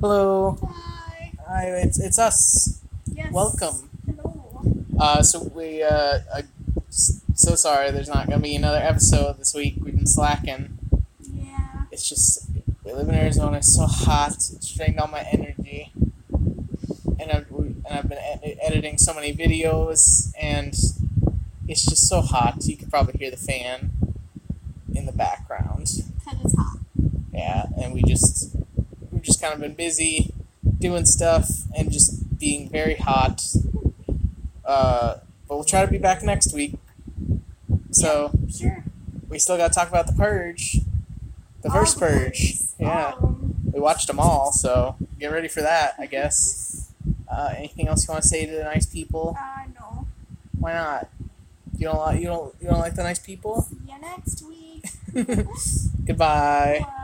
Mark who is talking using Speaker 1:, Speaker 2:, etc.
Speaker 1: Hello.
Speaker 2: Hi.
Speaker 1: Hi, it's, it's us.
Speaker 2: Yes.
Speaker 1: Welcome.
Speaker 2: Hello.
Speaker 1: Uh, so we uh, uh, s- so sorry. There's not gonna be another episode this week. We've been slacking.
Speaker 2: Yeah.
Speaker 1: It's just we live in Arizona. It's so hot. It's drained all my energy. And I've we- and I've been ed- editing so many videos, and it's just so hot. You could probably hear the fan in the background.
Speaker 2: Cause it's hot.
Speaker 1: Yeah, and we just we've just kind of been busy doing stuff and just being very hot. Uh, but we'll try to be back next week. So
Speaker 2: Sure.
Speaker 1: we still got to talk about the purge, the
Speaker 2: All Um,
Speaker 1: first
Speaker 2: the
Speaker 1: purge.
Speaker 2: birds.
Speaker 1: Yeah,
Speaker 2: All of them.
Speaker 1: we watched them all, so get ready for that. I guess. Uh, anything else you want to say to the nice people?
Speaker 2: Uh, no.
Speaker 1: Why not? You don't like you don't you don't like the nice people.
Speaker 2: See you next week.
Speaker 1: Goodbye.
Speaker 2: Bye.